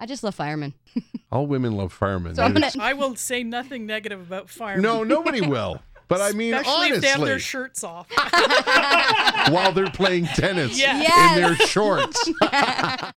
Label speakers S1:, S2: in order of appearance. S1: I just love firemen.
S2: All women love firemen.
S1: So I'm gonna-
S3: I will say nothing negative about firemen.
S2: no, nobody will. But I mean,
S3: especially if they have
S2: honestly,
S3: their shirts off.
S2: while they're playing tennis
S3: Yes.
S2: in
S1: Yes.
S2: their shorts.